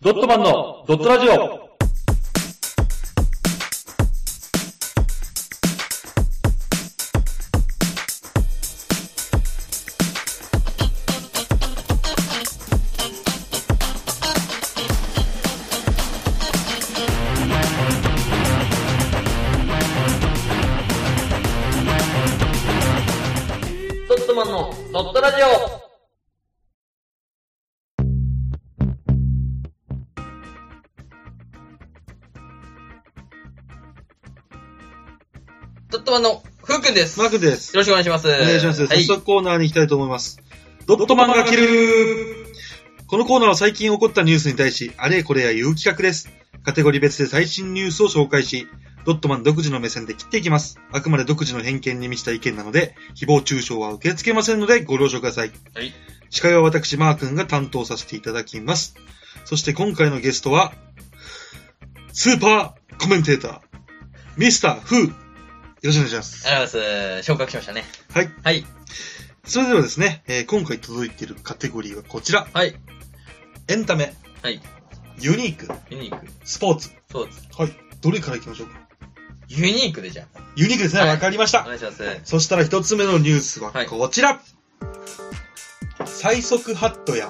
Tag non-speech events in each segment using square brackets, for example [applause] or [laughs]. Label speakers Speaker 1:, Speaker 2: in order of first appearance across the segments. Speaker 1: ドットマンのドットラジオ
Speaker 2: ドットマンのドットラジオドットマンのふうくんです。
Speaker 3: マー
Speaker 2: よ
Speaker 3: クです。
Speaker 2: ろしくお願いします。お
Speaker 3: お願いします。
Speaker 2: は
Speaker 3: 早
Speaker 2: い。
Speaker 3: 速コーナーに行きたいと思います。
Speaker 1: ドットマンが切る
Speaker 3: このコーナーは最近起こったニュースに対し、あれこれや言う企画です。カテゴリー別で最新ニュースを紹介し、ドットマン独自の目線で切っていきます。あくまで独自の偏見に満ちた意見なので、誹謗中傷は受け付けませんのでご了承ください。
Speaker 2: はい。
Speaker 3: 司会は私、マー君が担当させていただきます。そして今回のゲストは、スーパーコメンテーター、ミスター・フー。よろしくお願いします。
Speaker 2: ありがとうございます。昇格しましたね。
Speaker 3: はい。
Speaker 2: はい。
Speaker 3: それではですね、えー今回届いているカテゴリーはこちら。
Speaker 2: はい。
Speaker 3: エンタメ、
Speaker 2: はい。
Speaker 3: ユニーク、
Speaker 2: ユニーク。
Speaker 3: スポーツ。
Speaker 2: そうです。
Speaker 3: はい。どれからいきましょうか。
Speaker 2: ユニークでじゃあ。
Speaker 3: ユニークですね。
Speaker 2: はい
Speaker 3: わかりました
Speaker 2: お。願いします。
Speaker 3: そしたら一つ目のニュースは
Speaker 2: はい
Speaker 3: こちら。最速ハットや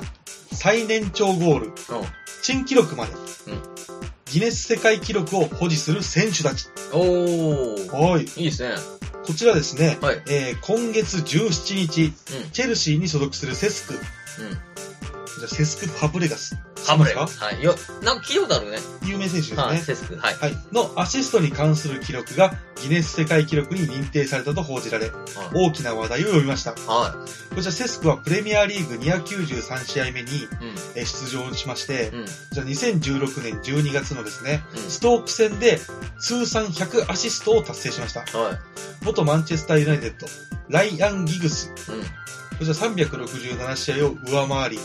Speaker 3: 最年長ゴール、珍記録まで、
Speaker 2: ん
Speaker 3: ギネス世界記録を保持する選手たち。
Speaker 2: おおー。
Speaker 3: は
Speaker 2: い
Speaker 3: い。
Speaker 2: いですね。
Speaker 3: こちらですね、
Speaker 2: はい。
Speaker 3: えー今月17日、
Speaker 2: うん
Speaker 3: チェルシーに所属するセスク、
Speaker 2: うん。
Speaker 3: じゃあセスク・ファブレガス。
Speaker 2: ハムレ
Speaker 3: か
Speaker 2: はい。よ、なんか聞いたことあるね。
Speaker 3: 有名選手ですね。
Speaker 2: はい。セスク。はい。
Speaker 3: はい、のアシストに関する記録がギネス世界記録に認定されたと報じられ、大きな話題を呼びました。こ
Speaker 2: は
Speaker 3: ちらセスクはプレミアリーグ293試合目に
Speaker 2: い。うん。
Speaker 3: えー出場しまして、
Speaker 2: うん。
Speaker 3: じゃあ2016年12月のですね、ス
Speaker 2: う
Speaker 3: トーク戦で通算100アシストを達成しました。
Speaker 2: ん。はい。
Speaker 3: 元マンチェスターユナイテッド、ライアン・ギグス、
Speaker 2: うん。
Speaker 3: こちら367試合を上回り、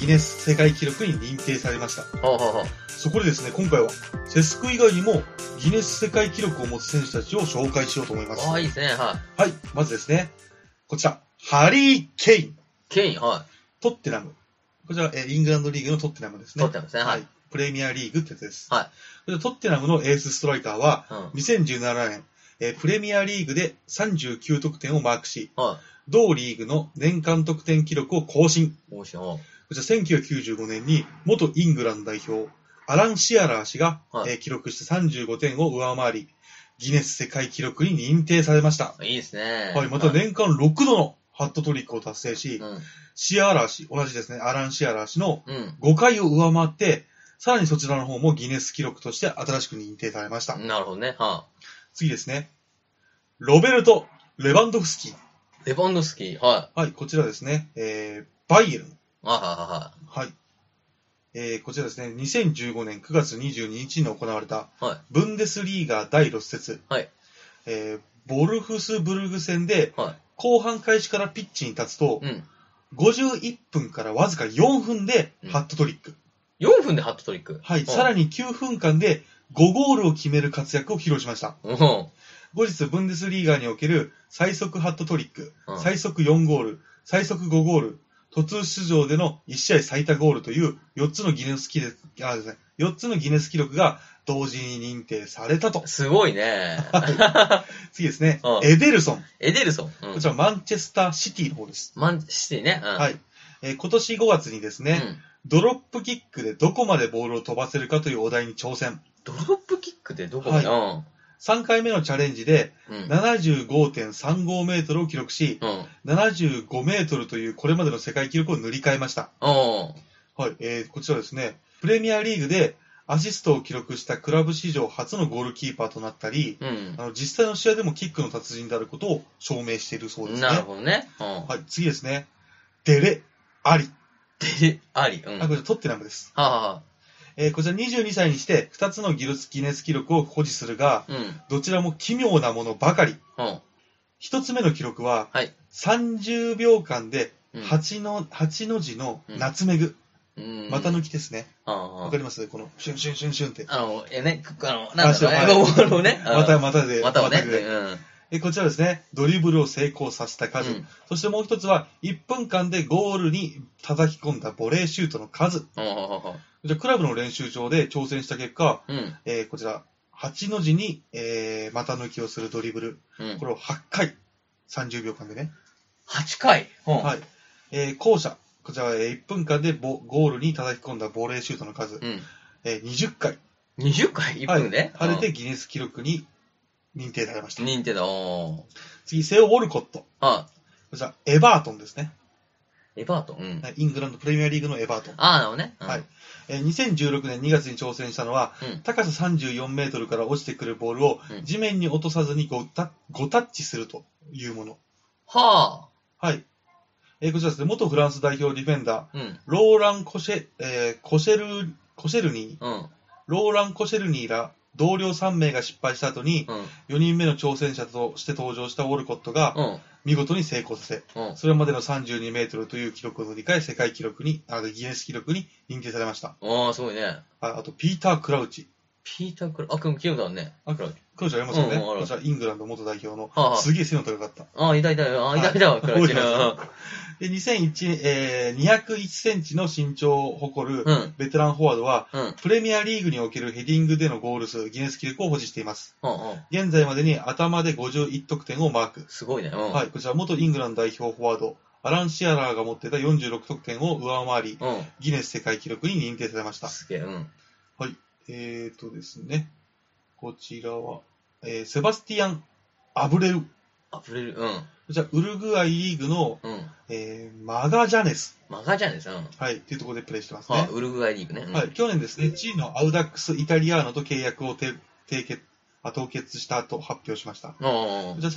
Speaker 3: ギネス世界記録に認定されました。
Speaker 2: はあ、はあはあ、
Speaker 3: そこでですね、今回は、セスク以外にも、ギネス世界記録を持つ選手たちを紹介しようと思います。
Speaker 2: ああ、
Speaker 3: はい
Speaker 2: い。ですね。はい。
Speaker 3: まずですね、こちら、ハリー・ケイン、
Speaker 2: ケイン、は
Speaker 3: トッテナム。こちら、えーイングランドリーグのトッテナムです
Speaker 2: い。
Speaker 3: ね。
Speaker 2: 取ってますね。はい。。
Speaker 3: プレミアリーグってやつです。
Speaker 2: はい
Speaker 3: こちら。トッテナムのエースストライカーは、
Speaker 2: うん。
Speaker 3: 2017年、えープレミアリーグで39得点をマークし、
Speaker 2: は
Speaker 3: 同リーグの年間得点記録を更新。
Speaker 2: い。おしょ
Speaker 3: こちら1995年に元イングランド代表、アラン・シアラー氏が、
Speaker 2: はい
Speaker 3: えー記録した35点を上回り、ギネス世界記録に認定されました。
Speaker 2: う。いいですね。
Speaker 3: はい、また。年間6度のハットトリックを達成し、
Speaker 2: うん。
Speaker 3: シアラー氏、同じですね、アラン・シアラー氏の
Speaker 2: う
Speaker 3: 5回を上回って、さらにそちらの方もギネス記録として新しく認定されました。
Speaker 2: ん。なるほどね。は
Speaker 3: 次ですね。ロベルト・レバンドフスキー。
Speaker 2: い。レバンドフスキー、はい。
Speaker 3: はい、こちらですね、えー、バイエルン。
Speaker 2: あはは
Speaker 3: はい。えーこちらですね、2015年9月22日に行われた、
Speaker 2: は
Speaker 3: ブンデスリーガー第6節、
Speaker 2: はい
Speaker 3: えーボルフスブルグ戦で、
Speaker 2: は
Speaker 3: 後半開始からピッチに立つと
Speaker 2: い。、うん。
Speaker 3: 51分からわずか4分で
Speaker 2: うん
Speaker 3: ハットトリック。
Speaker 2: 4分でハットトリック。
Speaker 3: はい、
Speaker 2: うん
Speaker 3: さらに9分間で5ゴールを決める活躍を披露しました。
Speaker 2: うん。
Speaker 3: 後日、ブンデスリーガーにおける最速ハットトリック、
Speaker 2: うん
Speaker 3: 最速4ゴール、最速5ゴール、途中出場での1試合最多ゴールという4つのギネス記録、あ、ですね、4つのギネス記録が同時に認定されたと。
Speaker 2: すごいね。
Speaker 3: 次ですね、
Speaker 2: うん
Speaker 3: エデルソン。
Speaker 2: エデルソン。うん
Speaker 3: こち。らマンチェスターシティの方です。
Speaker 2: マンシティね。うん。。
Speaker 3: はいい。えー今年5月にです
Speaker 2: う
Speaker 3: ね、
Speaker 2: ん。
Speaker 3: ドロップキックでどこまでボールを飛ばせるかというお題に挑戦。
Speaker 2: ドロップキックでどこかな
Speaker 3: 3回目のチャレンジで
Speaker 2: うん。うん。
Speaker 3: 75.35メートルを記録し、
Speaker 2: うん。
Speaker 3: 75メートルというこれまでの世界記録を塗り替えました。
Speaker 2: うん。
Speaker 3: はい、えー、こちらですね、プレミアリーグでアシストを記録したクラブ史上初のゴールキーパーとなったり、
Speaker 2: うん
Speaker 3: あの実際の試合でもキックの達人であることを証明しているそうですね。
Speaker 2: なるほどね。うん。
Speaker 3: はい、次ですね、デレ・アリ。
Speaker 2: で、あり。うん。
Speaker 3: あ、
Speaker 2: は
Speaker 3: こちらトッテナムです。
Speaker 2: あは
Speaker 3: えー、こちら22歳にして2つのギルスギネス記録を保持するが、
Speaker 2: あ。うん。
Speaker 3: どちらも奇妙なものばかり。
Speaker 2: うん。
Speaker 3: 1つ目の記録は、
Speaker 2: はい
Speaker 3: 30秒間で
Speaker 2: うん
Speaker 3: 8の、八の字の
Speaker 2: うん
Speaker 3: ナツメグ、
Speaker 2: うん。
Speaker 3: 股抜きですね。
Speaker 2: あ
Speaker 3: わかりますこの、シュンシュンシュンシュンって。
Speaker 2: あの、えね、くあの、なんだ
Speaker 3: そう
Speaker 2: ろうね、
Speaker 3: はい
Speaker 2: ロボのね、
Speaker 3: また、またで、
Speaker 2: またをね、
Speaker 3: 股
Speaker 2: う
Speaker 3: で
Speaker 2: ん。
Speaker 3: えこちらですね、ドリブルを成功させた数、
Speaker 2: うん
Speaker 3: そしてもう一つは、1分間でゴールに叩き込んだボレーシュートの数。
Speaker 2: ああ
Speaker 3: じゃあクラブの練習場で挑戦した結果、
Speaker 2: うん。
Speaker 3: えーこちら、8の字に、えー股抜きをするドリブル。
Speaker 2: うん
Speaker 3: こ。れを8回、30秒間でね。
Speaker 2: 8回。うん
Speaker 3: はい。えー後者、こちらは1分間でボゴールに叩き込んだボレーシュートの数、
Speaker 2: うん。
Speaker 3: えー20回。
Speaker 2: 20回 ?1 分で
Speaker 3: 晴れてギネス記録に認定されました
Speaker 2: うん。認定だ。おー
Speaker 3: 次、セオ・ウォルコット。
Speaker 2: あ、
Speaker 3: こちら、エバートンですね。
Speaker 2: エバートン。うん。
Speaker 3: はいイングランドプレミアリーグのエバートン。
Speaker 2: ああ、なるほどね。うん
Speaker 3: はい。えー2016年2月に挑戦したのは、
Speaker 2: うん
Speaker 3: 高さ34メートルから落ちてくるボールを
Speaker 2: うん
Speaker 3: 地面に落とさずに 5, タ5タッチするというもの。
Speaker 2: は
Speaker 3: はい。えーこちらですね、元フランス代表ディフェンダー、
Speaker 2: あ。うん。
Speaker 3: ローラン・コシェ、えーコシェル、コシェルニー、
Speaker 2: うん。
Speaker 3: ローラン・コシェルニーら同僚3名が失敗した後に、
Speaker 2: うん。
Speaker 3: 4人目の挑戦者として登場したウォルコットが
Speaker 2: うん。
Speaker 3: 見事に成功させ、
Speaker 2: うん。
Speaker 3: それまでの32メートルという記録を塗り替え、世界記録に、あのギネス記録に認定されました。
Speaker 2: ああ、すごいね。
Speaker 3: ああと、ピーター・クラウチ。
Speaker 2: ピーター・クラあ、くん、清だね。
Speaker 3: あ
Speaker 2: クラウチ。
Speaker 3: クラウチありますよね。
Speaker 2: うんうんある
Speaker 3: こちら、イングランド元代表の、
Speaker 2: はあはあ
Speaker 3: すげえ背の高かった。
Speaker 2: ああ、いたいた。ああ、いたいた。クラウチね。
Speaker 3: で、2001、えー、201センチの身長を誇る
Speaker 2: うん。
Speaker 3: ベテランフォワードは、
Speaker 2: うん。うん。
Speaker 3: プレミアリーグにおけるヘディングでのゴール数、ギネス記録を保持しています。
Speaker 2: うん。うん
Speaker 3: 現在までに頭で51得点をマーク。
Speaker 2: すごいね。うん。
Speaker 3: はい、こちら、元イングランド代表フォワード、アラン・シアラーが持っていた46得点を上回り、
Speaker 2: うん。
Speaker 3: ギネス世界記録に認定されました。
Speaker 2: すげえ。うん。
Speaker 3: えーとですね、こちらは、えーセバスティアン・アブレル。こ
Speaker 2: あぶれる。うん。
Speaker 3: ちら、ウルグアイリーグの、
Speaker 2: うん。
Speaker 3: えーマガジャネス。
Speaker 2: マガジャンです。うん。
Speaker 3: はい、っていうところでプレーしてますね。
Speaker 2: はい。ウルグアイリーグね。うん
Speaker 3: はい、去年ですね、チーのアウダックス・イタリアーノと契約を締締結あ凍結したと発表しました。
Speaker 2: うん。
Speaker 3: じゃあ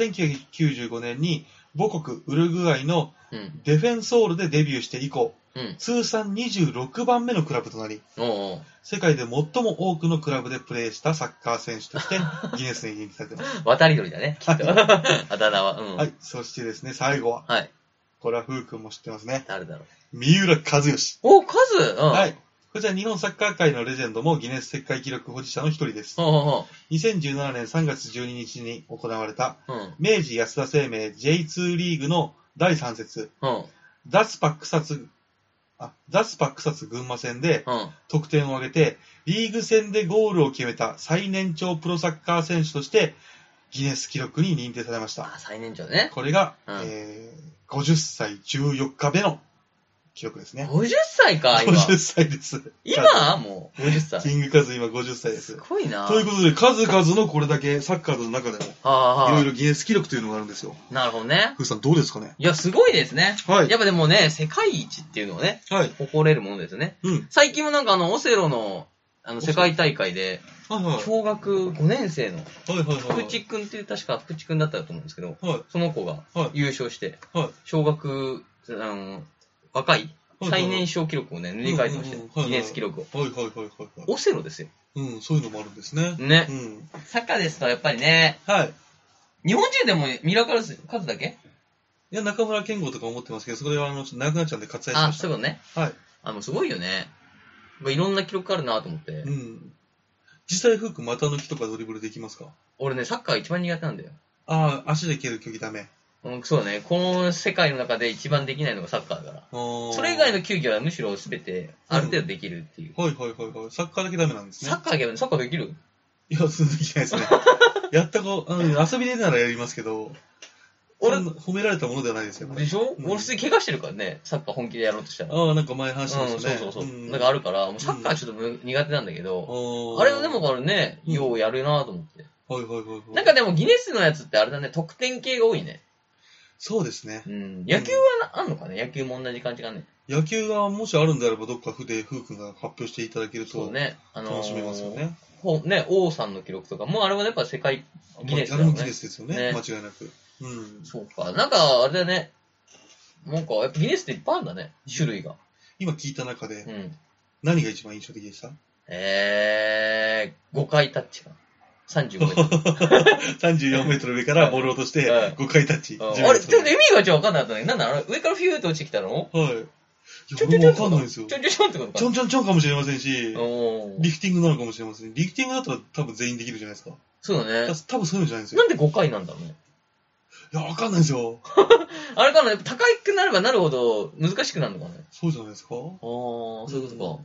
Speaker 3: 1995年に母国ウルグアイの
Speaker 2: うん。
Speaker 3: デフェンソールでデビューして以降、
Speaker 2: うん。
Speaker 3: 通算26番目のクラブとなり、
Speaker 2: おう
Speaker 3: 世界で最も多くのクラブでプレーしたサッカー選手として
Speaker 2: [laughs]
Speaker 3: ギネスに認定されています。
Speaker 2: おう渡り鳥だね、きっと。あだ名は。うん。
Speaker 3: はい。、そしてですね、最後は、
Speaker 2: はい。
Speaker 3: これは風君も知ってますね、
Speaker 2: 誰だろう。
Speaker 3: 三浦和義。
Speaker 2: お、カズうん。
Speaker 3: は。い。こちら日本サッカー界のレジェンドもギネス世界記録保持者の一人です。
Speaker 2: ほうほ
Speaker 3: 2017年3月12日に行われた
Speaker 2: うほう。うん。
Speaker 3: 明治安田生命 J2 リーグの第3節、
Speaker 2: うん。
Speaker 3: ザスパ草津、あ、ザスパ草津群馬戦で
Speaker 2: うん。
Speaker 3: 得点を挙げて、リーグ戦でゴールを決めた最年長プロサッカー選手として、ギネス記録に認定されました。
Speaker 2: あ、最年長ね。
Speaker 3: これが、
Speaker 2: うん
Speaker 3: えー50歳14日目の記録ですね。
Speaker 2: 50歳か、今。
Speaker 3: 50歳です。
Speaker 2: 今もう、50歳。
Speaker 3: キングカズ今50歳ですす。
Speaker 2: ごいな。
Speaker 3: ということで、数々のこれだけサッカーの中でも、
Speaker 2: とはいあ
Speaker 3: ろい
Speaker 2: は
Speaker 3: ろギネス記録というのがあるんですよ。
Speaker 2: あ。なるほどね。
Speaker 3: ふうさん、どうですかね
Speaker 2: いや、すごいですね。
Speaker 3: は
Speaker 2: やっぱでもね、世界一っていうのをね、
Speaker 3: はい。
Speaker 2: 誇れるものですよね。
Speaker 3: うん。
Speaker 2: 最近もなんかあの、オセロの、あの、世界大会で、
Speaker 3: はいはい。
Speaker 2: 小学5年生の、
Speaker 3: はいはいはい。
Speaker 2: 福地くんっていう、確か福地くんだったと思うんですけど、
Speaker 3: は
Speaker 2: その子が
Speaker 3: はい
Speaker 2: 優勝して、
Speaker 3: い。はい。
Speaker 2: 小学、あの、若い、最年少記録をね、塗り替えてまして
Speaker 3: うんうんうんはいは、
Speaker 2: ギ
Speaker 3: い
Speaker 2: ネス記録を。
Speaker 3: はいはいはいはいはい。
Speaker 2: オセロですよ。
Speaker 3: うん、そういうのもあるんですね。
Speaker 2: ね
Speaker 3: う。ん。
Speaker 2: サッカーですと、やっぱりね、
Speaker 3: はい。
Speaker 2: 日本人でもミラクル数数だけ
Speaker 3: いや、中村健吾とか思ってますけど、それはあの、なくなっちゃうんで割愛し
Speaker 2: あ、
Speaker 3: まし
Speaker 2: そ
Speaker 3: た。
Speaker 2: ういうことね。
Speaker 3: はい。
Speaker 2: あ、もうすごいよね。まあいろんな記録あるなと思って
Speaker 3: う。ん。実際、フーク股抜きとかドリブルできますか
Speaker 2: 俺ね、サッカー一番苦手なんだよ。
Speaker 3: ああ、足で蹴る競技ダメ。
Speaker 2: うん、そうだね。この世界の中で一番できないのがサッカーだから。そ
Speaker 3: そ
Speaker 2: れ以外
Speaker 3: の。
Speaker 2: の球技はむしろ全てある程度できるっていう。
Speaker 3: はいはいはいはい。サッカーだけダメなんですね
Speaker 2: サ。ッカーやるサッカーできる
Speaker 3: いや、そんなできないですね。やったこ、うん、遊びでならやりますけど、
Speaker 2: 俺
Speaker 3: そんな褒められたものではないですよ。やっぱ
Speaker 2: で
Speaker 3: り
Speaker 2: しょ、
Speaker 3: うん
Speaker 2: 俺普通に怪我してるからね、サッカー本気でやろうとしたら。
Speaker 3: ああ、なんか前
Speaker 2: うん、
Speaker 3: 話し
Speaker 2: そ
Speaker 3: ま
Speaker 2: う
Speaker 3: したね。
Speaker 2: そうそう。
Speaker 3: ん
Speaker 2: なんかあるから、もうサッカーちょっとむ苦手なんだけど、
Speaker 3: あ
Speaker 2: あれはでも、これね、
Speaker 3: うん
Speaker 2: ようやるなと思って。
Speaker 3: はいはいはいはい。
Speaker 2: なんかでもギネスのやつってあれだね、得点系が多いね。
Speaker 3: そうですね。
Speaker 2: うん。野球はなあんのかね野球も同じ感じかね。
Speaker 3: 野球がもしあるんであれば、どっか筆、ふうくんが発表していただける
Speaker 2: そう
Speaker 3: と、
Speaker 2: ね。あのー
Speaker 3: 楽しめますよね。
Speaker 2: ほね、王さんの記録とかも、あれはやっぱ世界ギネスだ
Speaker 3: あ
Speaker 2: よ
Speaker 3: れも
Speaker 2: ね。
Speaker 3: ギネスですよね。
Speaker 2: ね
Speaker 3: 間違いなく。うん。
Speaker 2: そうか。なんか、あれだね。なんか、やっぱギネスっていっぱいあるんだね。種類が。
Speaker 3: 今聞いた中で
Speaker 2: う、ん。
Speaker 3: 何が一番印象的でした
Speaker 2: えー、5回タッチか。35メート
Speaker 3: [laughs] ?34 メートル上からボールを落として
Speaker 2: うん、
Speaker 3: 5回タッチ。
Speaker 2: ルうん。
Speaker 3: 10
Speaker 2: あれ、ちょっと
Speaker 3: メー
Speaker 2: 意味がちょっとわかんなかったね。なんだ、あれ上からフィューって落ちてきたの
Speaker 3: トルはい。い
Speaker 2: ちょ
Speaker 3: や、
Speaker 2: んちょん
Speaker 3: 俺も
Speaker 2: ちょ
Speaker 3: わ
Speaker 2: ん
Speaker 3: かんないですよ
Speaker 2: ち。ょんちょんちょんってこと
Speaker 3: ちょ
Speaker 2: か。
Speaker 3: んちょんちょんかもしれませんし、
Speaker 2: おー
Speaker 3: リフティングなのかもしれません。リフティングだったら多分全員できるじゃないですか。
Speaker 2: そうだね。
Speaker 3: 多分そういうのじゃないんですよ
Speaker 2: な。んで5回なんだろうね。
Speaker 3: いや、わかんないですよ。
Speaker 2: あれかなやっぱ高くなればなるほど難しくなるのかね
Speaker 3: そうじゃないですか
Speaker 2: ああ、そういうことか。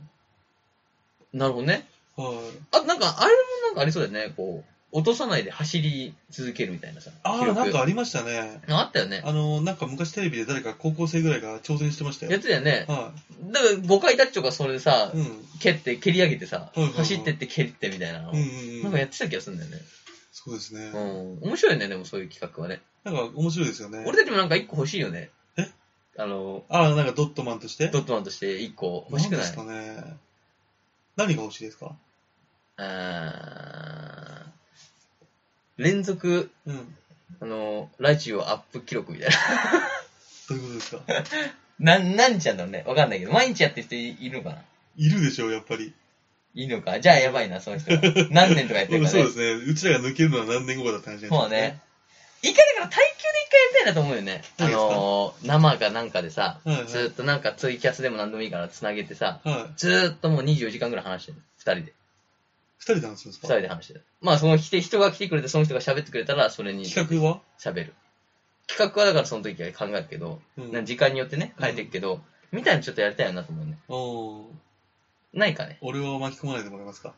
Speaker 2: なるほどね。
Speaker 3: はい。
Speaker 2: あ、なんか、あれもなんかありそうだよね。こう、落とさないで走り続けるみたいなさ。
Speaker 3: あ
Speaker 2: 記
Speaker 3: あ、
Speaker 2: 録
Speaker 3: なんかありましたね。
Speaker 2: あったよね。
Speaker 3: あの、なんか昔テレビで誰か高校生ぐらいが挑戦してました
Speaker 2: やっ
Speaker 3: よ。
Speaker 2: てたよね。
Speaker 3: は
Speaker 2: だから、5回タッチとかそれでさ
Speaker 3: い。う、ん。
Speaker 2: 蹴って、蹴り上げてさ
Speaker 3: いはいは、い
Speaker 2: 走ってって蹴ってみたいなの
Speaker 3: うん
Speaker 2: な
Speaker 3: うんん
Speaker 2: か
Speaker 3: う
Speaker 2: や
Speaker 3: ん。
Speaker 2: ってた気がするんだよね。
Speaker 3: そうですね。
Speaker 2: うん。面白いよね、でもそういう企画はね。
Speaker 3: なんか面白いですよね。
Speaker 2: 俺たちもなんか1個欲しいよね。
Speaker 3: え
Speaker 2: あの、
Speaker 3: ああ、なんかドットマンとして
Speaker 2: ドットマンとして1個欲しく
Speaker 3: ん
Speaker 2: な
Speaker 3: で
Speaker 2: い
Speaker 3: すかね。何が欲しいですか
Speaker 2: あー連続、
Speaker 3: うん。
Speaker 2: あの、ラジオアップ記録みたいな。
Speaker 3: どういうことですか
Speaker 2: なん、なんちゃんだろうね。わかんないけど、毎日やってる人いるのかない
Speaker 3: るでしょう、やっぱり。
Speaker 2: いいのかじゃあやばいな、その人
Speaker 3: [laughs]
Speaker 2: は。何年とかやって
Speaker 3: う
Speaker 2: る
Speaker 3: ん
Speaker 2: から
Speaker 3: そう
Speaker 2: ね。
Speaker 3: ですね。うちらが抜けるのは何年後かだって話じゃないですか。
Speaker 2: そうだね。。一回だから耐久で一回やりたいなと思うよね。あ
Speaker 3: 何ですか
Speaker 2: のー、生かなんかでさ、
Speaker 3: はいはい
Speaker 2: ずーっとなんかツイキャスでも何でもいいから繋げてさ、
Speaker 3: はい。
Speaker 2: ずーっともう24時間ぐらい話してる。二人で。
Speaker 3: 二人で話すんです
Speaker 2: 二
Speaker 3: か
Speaker 2: 人で話してる。まあその人人が来てくれて、その人が喋ってくれたら、それに
Speaker 3: 企画は
Speaker 2: 喋る。企画はだからその時は考えるけど、
Speaker 3: うん
Speaker 2: なんか時間によってね、変えていくけど、みたいなのちょっとやりたいなと思うね。
Speaker 3: おー
Speaker 2: ないかね。
Speaker 3: 俺を巻き込まないでもらえますか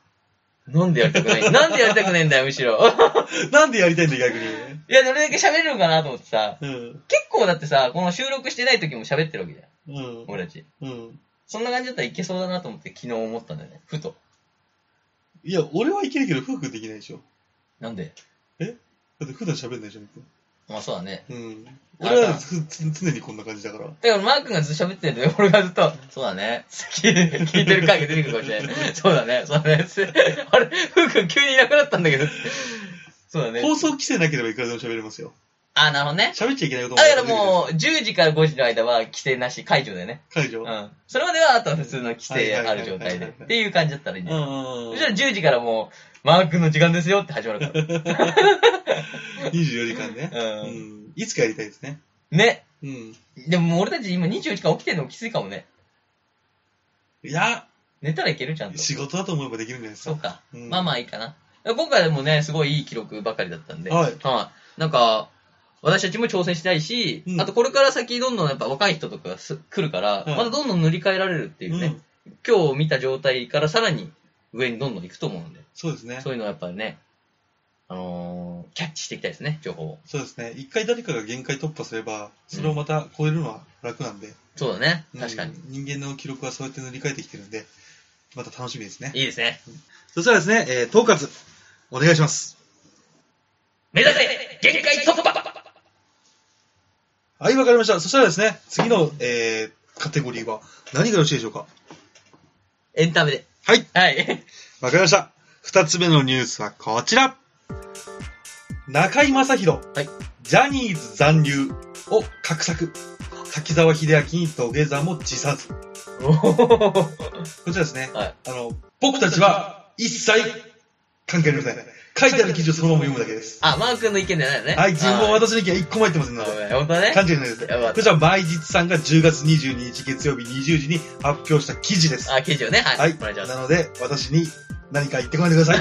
Speaker 2: なんでやりたく [laughs] ないなんでやりたくないんだよ、むしろ。 [laughs]
Speaker 3: なんでやりたいんだよ、逆に。
Speaker 2: いや、どれだけ喋れるのかなと思ってさ、
Speaker 3: うん。
Speaker 2: 結構だってさ、この収録してない時も喋ってるわけじゃん、
Speaker 3: うん。
Speaker 2: 俺たち。
Speaker 3: うん。
Speaker 2: そんな感じだったらいけそうだなと思って昨日思ったんだよね、ふと。
Speaker 3: いや、俺はいけるけど、夫婦できないでしょ。
Speaker 2: なんで
Speaker 3: だって普段喋んないじゃん、僕。
Speaker 2: まあそうだね。
Speaker 3: うん。
Speaker 2: あ
Speaker 3: 俺はつつ常にこんな感じだから。
Speaker 2: だからマー君がずっと喋ってるんで、 [laughs] 俺がずっと、そうだね。 [laughs] 聞い聞いてる回が出てくるかもしれない。 [laughs] そうだね、そうだね。 [laughs] つってあれ、ふうくん急にいなくなったんだけど。そうだね。
Speaker 3: 放送規制なければいくらでも喋れますよ。
Speaker 2: あ、なるほどね。
Speaker 3: 喋っちゃいけないこと
Speaker 2: あ、だからもう、10時から5時の間は規制なし、解除だよね。
Speaker 3: 解
Speaker 2: う
Speaker 3: 除。
Speaker 2: ん。それまでは、あとは普通の規制ある状態
Speaker 3: はいはいはい
Speaker 2: で。
Speaker 3: はい
Speaker 2: っていう感じだったらいいんじゃない
Speaker 3: うん
Speaker 2: そしたら10時からもう、マー君の時間ですよって始まる
Speaker 3: [laughs]
Speaker 2: か
Speaker 3: 24時間ね。
Speaker 2: ら。
Speaker 3: う。
Speaker 2: うん
Speaker 3: いつかやりたいですね。
Speaker 2: ん。ね。
Speaker 3: うん。
Speaker 2: でももう俺たち今24時間起きてるのきついかもね。
Speaker 3: いや、
Speaker 2: 寝たらいけるちゃんと。
Speaker 3: 仕事だと思えばできるんじゃないです
Speaker 2: そう
Speaker 3: か。
Speaker 2: か。
Speaker 3: うん
Speaker 2: まあまあいいかな。今回でもね、すごいいい記録ばかりだったんで。
Speaker 3: はい
Speaker 2: なんか、私たちも挑戦したいし、
Speaker 3: うん
Speaker 2: あとこれから先どんどんやっぱ若い人とかがす来るから、
Speaker 3: はい
Speaker 2: またどんどん塗り替えられるっていうね、
Speaker 3: うん
Speaker 2: 今日見た状態からさらに上にどんどん行くと思うんで、
Speaker 3: そうですね。
Speaker 2: そういうのはやっぱりね、あのーキャッチしていきたいですね、情報を。
Speaker 3: そうですね。一回誰かが限界突破すれば、それをまた超えるのは楽なんで。
Speaker 2: そうだね
Speaker 3: う、ん
Speaker 2: 確かに。。
Speaker 3: 人間の記録はそうやって塗り替えてきてるんで、また楽しみですね。
Speaker 2: いいですね。
Speaker 3: そしたらですね、えー統括、お願いします。
Speaker 2: 目指せ限界突破
Speaker 3: はい、わかりました。そしたらですね、次の、えーカテゴリーは何がよろしいでしょうか
Speaker 2: エンタメで。
Speaker 3: はい。
Speaker 2: [laughs] はい。
Speaker 3: わかりました。二つ目のニュースはこちら。中井正宏、
Speaker 2: はい
Speaker 3: ジャニーズ残留を画策。滝沢秀明に土下座も辞さず。こ
Speaker 2: おー
Speaker 3: ちらですね、
Speaker 2: はい
Speaker 3: あの、僕たちは一切関係ありません。書いてある記事をそのまま読むだけです。
Speaker 2: あ、マー君の意見じゃないよね。
Speaker 3: はい、人望
Speaker 2: は
Speaker 3: 私の意見は一個も入ってませんので。
Speaker 2: 本当だね。
Speaker 3: 勘違いしないでくだ
Speaker 2: やば
Speaker 3: さ
Speaker 2: い
Speaker 3: い。こちらは毎日さんが10月22日月曜日20時に発表した記事です。
Speaker 2: あ、記事をね、はい。
Speaker 3: はい。
Speaker 2: お願いします
Speaker 3: なので、私に何か言ってこないでく
Speaker 2: [laughs]
Speaker 3: ださい。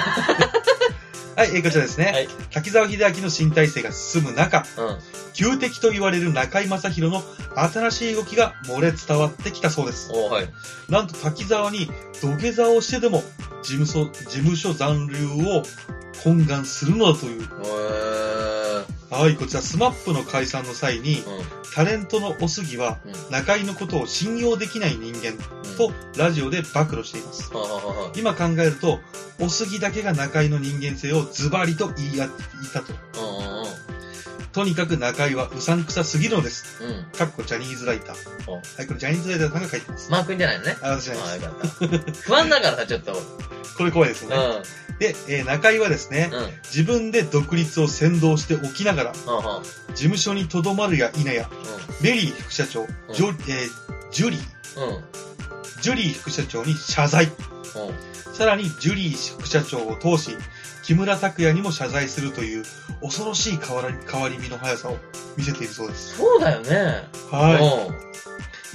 Speaker 3: はい、えーこちらですね。
Speaker 2: はい
Speaker 3: 滝沢秀明の新体制が進む中、
Speaker 2: うん。
Speaker 3: 旧敵と言われる中井正宏の新しい動きが漏れ伝わってきたそうです。
Speaker 2: おーはい。
Speaker 3: なんと滝沢に土下座をしてでも事務所、事務所残留を懇願するのだという。
Speaker 2: おー
Speaker 3: はい、こちらスマップの解散の際に、
Speaker 2: う
Speaker 3: タレントのおすぎは、
Speaker 2: うん
Speaker 3: 中井のことを信用できない人間
Speaker 2: ん。うん
Speaker 3: と、ラジオで暴露しています。
Speaker 2: はははは
Speaker 3: 今考えると、おすぎだけが中井の人間性をズバリと言い当ていたと。
Speaker 2: う
Speaker 3: とにかく中井はうさんくさすぎるのです。
Speaker 2: んうんうん。うん。
Speaker 3: かっこジャニーズライター。
Speaker 2: お
Speaker 3: はい、これジャニーズライターさんが書いてます。
Speaker 2: マー君じゃないのね。
Speaker 3: あ、私じゃない
Speaker 2: ああ、
Speaker 3: で
Speaker 2: よかった。不安だからさ、ちょっ [laughs] と。
Speaker 3: す。これ怖いです
Speaker 2: う
Speaker 3: よ
Speaker 2: ん。
Speaker 3: ね。で、えー中井はですね、
Speaker 2: うん。うん
Speaker 3: 自分で独立を先導しておきながら、事
Speaker 2: うん。
Speaker 3: 務所に留まるや否や、メリー副社長、ジョえージュリー、
Speaker 2: うん。うん。
Speaker 3: ジュリー副社長に謝罪。
Speaker 2: うん。
Speaker 3: さらにジュリー副社長を通し、木村拓哉にも謝罪するという恐ろしい変わり変わり身の速さを見せているそうです。
Speaker 2: そうだよね。
Speaker 3: はい。
Speaker 2: うん。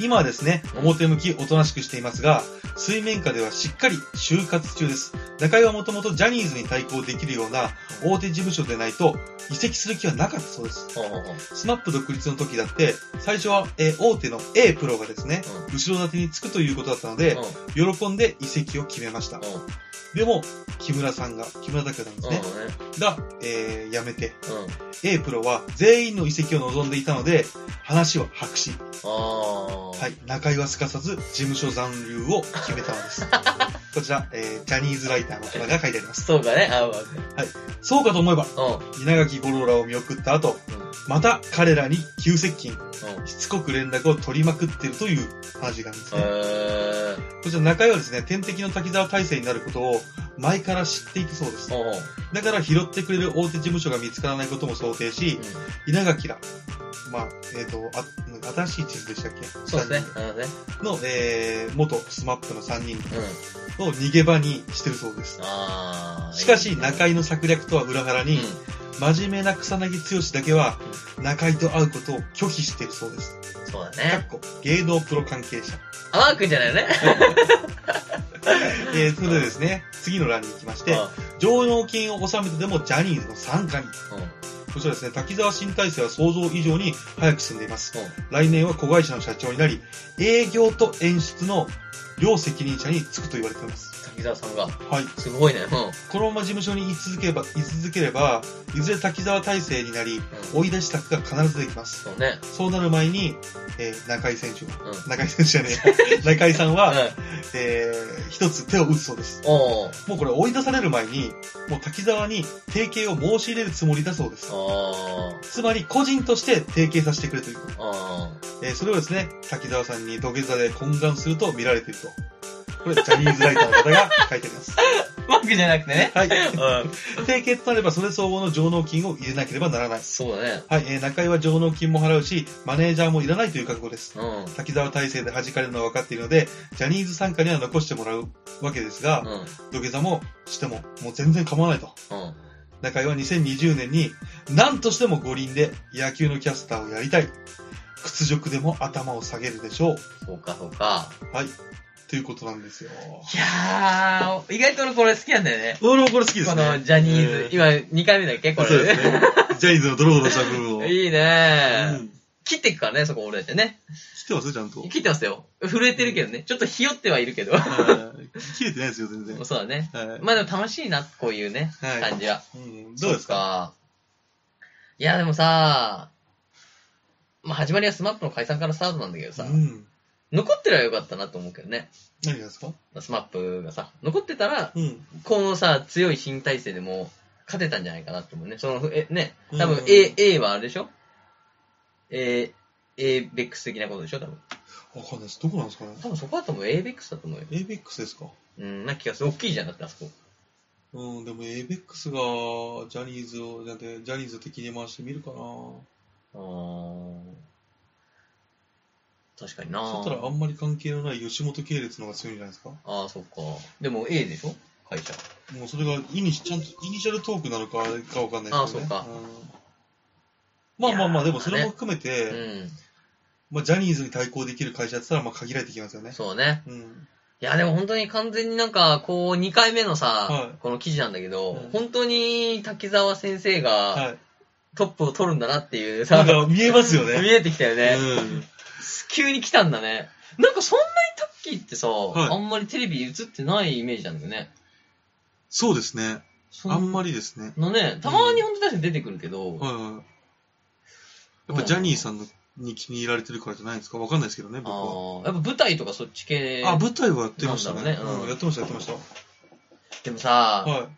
Speaker 3: 今はですね、表向きおとなしくしていますが、水面下ではしっかり就活中です。中井はもともとジャニーズに対抗できるような大手事務所でないと移籍する気はなかったそうです。
Speaker 2: ほうほうほう
Speaker 3: スマップ独立の時だって、最初は、えー大手の A プロがですね、後ろ盾につくということだったので、喜んで移籍を決めました。
Speaker 2: うんうん
Speaker 3: でも、木村さんが、木村拓哉さんですね、
Speaker 2: うんね
Speaker 3: が、えー辞めて、
Speaker 2: うん
Speaker 3: A プロは全員の移籍を望んでいたので、話は白紙。
Speaker 2: あー
Speaker 3: はい、中井はすかさず事務所残留を決めたの
Speaker 2: [laughs]
Speaker 3: です。こちら、えージャニーズライターの方が書いてあります。
Speaker 2: そうかねあう
Speaker 3: そうかと思えば、
Speaker 2: んうん
Speaker 3: 稲垣吾郎らを見送った後、また彼らに急接近、
Speaker 2: うん
Speaker 3: しつこく連絡を取りまくってるという話があるんです
Speaker 2: え
Speaker 3: ね。
Speaker 2: ー
Speaker 3: こちら中井はですね、天敵の滝沢大成になることを前から知っていたそうです。
Speaker 2: ほうほう
Speaker 3: だから拾ってくれる大手事務所が見つからないことも想定し、稲垣ら、まあ、えっ、と、あ、新しい地図でしたっけ
Speaker 2: そうですねそうですね
Speaker 3: の、えー、元スマップの3人
Speaker 2: うん
Speaker 3: を逃げ場にしてるそうです。
Speaker 2: あー
Speaker 3: しかし、
Speaker 2: い
Speaker 3: 中井の策略とは裏腹
Speaker 2: い
Speaker 3: に
Speaker 2: ね、
Speaker 3: 真面目な草薙剛だけは、中井と会うことを拒否しているそうです。
Speaker 2: うんそうだ
Speaker 3: か
Speaker 2: ね
Speaker 3: っこ芸能プロ関係者。
Speaker 2: あマー君じゃないよね
Speaker 3: えー、それでですね、次の欄に行きまして、上納金を納めてでもジャニーズの参加に。
Speaker 2: うんうん
Speaker 3: そしてですね、滝沢新体制は想像以上に早く進んでいます。
Speaker 2: うん
Speaker 3: 来年は子会社の社長になり、営業と演出の両責任者につくと言われています。
Speaker 2: 滝沢さんが
Speaker 3: はい。
Speaker 2: すごいねうん
Speaker 3: このまま事務所に居続ければ、居続ければ、いずれ滝沢体制になり、
Speaker 2: うん
Speaker 3: 追い出し策が必ずできます。
Speaker 2: そうね
Speaker 3: そうなる前に、えー中井選手は、
Speaker 2: う
Speaker 3: 中井選手じゃね [laughs] え、中井さんは、
Speaker 2: うん
Speaker 3: えー一つ手を打つそうです。
Speaker 2: おー
Speaker 3: もうこれ追い出される前に、もう滝沢に提携を申し入れるつもりだそうです。
Speaker 2: あ
Speaker 3: つまり個人として提携させてくれということ。
Speaker 2: ーあ
Speaker 3: えーそれをですね、滝沢さんに土下座で懇願すると見られていると。これ、ジャニーズライターの方が書いてあります。
Speaker 2: ーマー君じゃなくてね
Speaker 3: はい。
Speaker 2: うん
Speaker 3: 提携となればそれ相応の上納金を入れなければならない。
Speaker 2: そうだね
Speaker 3: はい、えー中井は上納金も払うし、マネージャーもいらないという覚悟です。
Speaker 2: うんうん
Speaker 3: 滝沢体制で弾かれるのは分かっているので、ジャニーズ参加には残してもらうわけですが、土下座もしても、もう全然構わないと。
Speaker 2: うん
Speaker 3: 中井は2020年に、何としても五輪で野球のキャスターをやりたい。屈辱でも頭を下げるでしょう。
Speaker 2: そうかそうか
Speaker 3: はい。ということなんですよ。
Speaker 2: いやー意外と俺これ好きなんだよね
Speaker 3: 俺もこれ好きです
Speaker 2: こ
Speaker 3: ね。
Speaker 2: のジャニーズ、
Speaker 3: え
Speaker 2: 今2回目だっけ
Speaker 3: ー
Speaker 2: これ。
Speaker 3: そうですね。ジャニーズのドロドロした部分を。
Speaker 2: [laughs] いいうね、
Speaker 3: ん
Speaker 2: 切っていくからね、そこ俺ってね。
Speaker 3: 知ってますちゃんと。
Speaker 2: 切ってますよ。震えてるけどね。ちょっとひよってはいるけど。 [laughs]
Speaker 3: はい切れてないですよ、全然。
Speaker 2: そうだね。
Speaker 3: はい。
Speaker 2: まあでも楽しいな、こういうね、
Speaker 3: はい
Speaker 2: 感じは。
Speaker 3: うんどうですか
Speaker 2: かいや、でもさ、まあ始まりはスマップの解散からスタートなんだけどさ、
Speaker 3: うん。
Speaker 2: 残ってりゃよかったなと思うけどね。
Speaker 3: 何がですか
Speaker 2: スマップがさ、残ってたら、
Speaker 3: うん。
Speaker 2: このさ、強い新体制でも勝てたんじゃないかなと思うね。その、え、ね、多
Speaker 3: う
Speaker 2: 分
Speaker 3: ん
Speaker 2: A、A はあれでしょ ?A、A ベックス的なことでしょ多分。
Speaker 3: わかんないです。どこなんですかね
Speaker 2: 多分そこだと思う。A ベックスだと思うよ。
Speaker 3: ?ABEX ですか
Speaker 2: うん、な気がする。大きいじゃん、だってあそこ。
Speaker 3: うん、でも ABEX がジャニーズを、なんて、ジャニーズを敵に回してみるかな
Speaker 2: あー確かにな
Speaker 3: そしたらあんまり関係のない吉本系列の方が強いんじゃないですか
Speaker 2: ああ、そっか。でも A でしょ会社。
Speaker 3: もうそれがイニシ、ちゃんとイニシャルトークなのかあれかわかんないですけ
Speaker 2: あそ
Speaker 3: ど、ね。
Speaker 2: うか
Speaker 3: うんまあまあまあ、
Speaker 2: いやー
Speaker 3: でもそれも含めて、
Speaker 2: う
Speaker 3: まあ、ジャニーズに対抗できる会社って言ったら、まあ、限られてきますよね
Speaker 2: ん。。そうね。
Speaker 3: うん。
Speaker 2: いや、でも本当に完全になんか、こう、2回目のさ、
Speaker 3: はい
Speaker 2: この記事なんだけど、
Speaker 3: うん
Speaker 2: 本当に滝沢先生が
Speaker 3: はい。
Speaker 2: トップを取るんだなっていうさ、
Speaker 3: なんか見えますよ
Speaker 2: [laughs]
Speaker 3: ね。
Speaker 2: 見えてきたよね。
Speaker 3: うん。
Speaker 2: 急に来たんだね。なんかそんなにタッキーってさ、
Speaker 3: い
Speaker 2: あんまりテレビ映ってないイメージなんだよね。
Speaker 3: そうですね。
Speaker 2: そ
Speaker 3: あん
Speaker 2: ん
Speaker 3: まりですね。
Speaker 2: のね、たまに本当確かに出てくるけど、
Speaker 3: はいはい。やっぱジャニーさんのに気に入られてるからじゃないですかわかんないですけどね、僕は。
Speaker 2: あーやっぱ舞台とかそっち系。
Speaker 3: あ、舞台はやってました
Speaker 2: な
Speaker 3: ね。
Speaker 2: んだろうねうん
Speaker 3: うんやってました、やってました。
Speaker 2: でもさ、
Speaker 3: は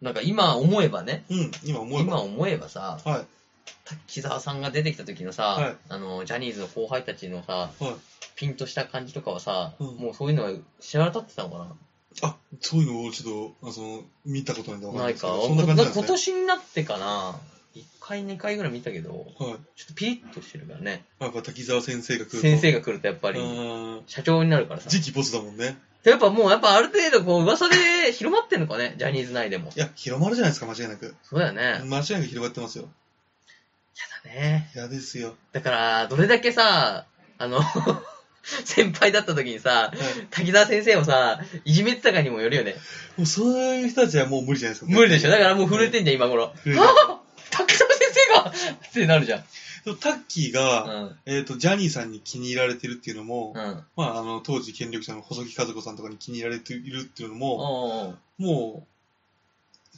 Speaker 2: なんか今思えばね、
Speaker 3: い。うん、今思えば。
Speaker 2: 今思えばさ、
Speaker 3: はい。
Speaker 2: 滝沢さんが出てきた時のさ、
Speaker 3: はい
Speaker 2: あの、ジャニーズの後輩たちのさ、
Speaker 3: はい
Speaker 2: ピンとした感じとかはさ、
Speaker 3: うん
Speaker 2: もうそういうのは知られたってたのかな
Speaker 3: あ、そういうのをちょっと、あその、見たことないんでわかんな
Speaker 2: ないい
Speaker 3: です
Speaker 2: か
Speaker 3: けど、そんな感じなん
Speaker 2: な
Speaker 3: で
Speaker 2: ん
Speaker 3: す
Speaker 2: か今
Speaker 3: ね。
Speaker 2: 年になってかな、1回2回ぐらい見たけど、
Speaker 3: はい。
Speaker 2: ちょっとピリッとしてるからね。
Speaker 3: あやっぱ滝沢先生が来ると。
Speaker 2: 先生
Speaker 3: が。
Speaker 2: が来るとやっぱ
Speaker 3: う
Speaker 2: り、
Speaker 3: ーん。
Speaker 2: 社長になるからさ。
Speaker 3: 次期ボスだもんね。
Speaker 2: やっぱもう、やっぱある程度、こう、噂で広まってんのかね、ジャニーズ内でも
Speaker 3: い。や、広まるじゃないですか、間違いなく。
Speaker 2: そうだよね。や
Speaker 3: 間違いなく広がってますよ。
Speaker 2: だね。
Speaker 3: いやですよ。
Speaker 2: だから、どれだけさ、あの、 [laughs] 先輩だった時にさ、滝沢先生をさ、いじめてたかにもよるよね。
Speaker 3: もうそういう人たちはもう無理じゃないですか。
Speaker 2: 無理でしょ。だからもう震えてんじゃん、今頃。あ
Speaker 3: 震えてる
Speaker 2: あ滝沢先生がってなるじゃん。
Speaker 3: でもタッキー
Speaker 2: う
Speaker 3: が、
Speaker 2: ん。
Speaker 3: えっ、と、ジャニーさんに気に入られてるっていうのも、
Speaker 2: うん。
Speaker 3: まあ、あの、当時権力者の細木和子さんとかに気に入られているっていうの
Speaker 2: お
Speaker 3: も、
Speaker 2: うおう
Speaker 3: も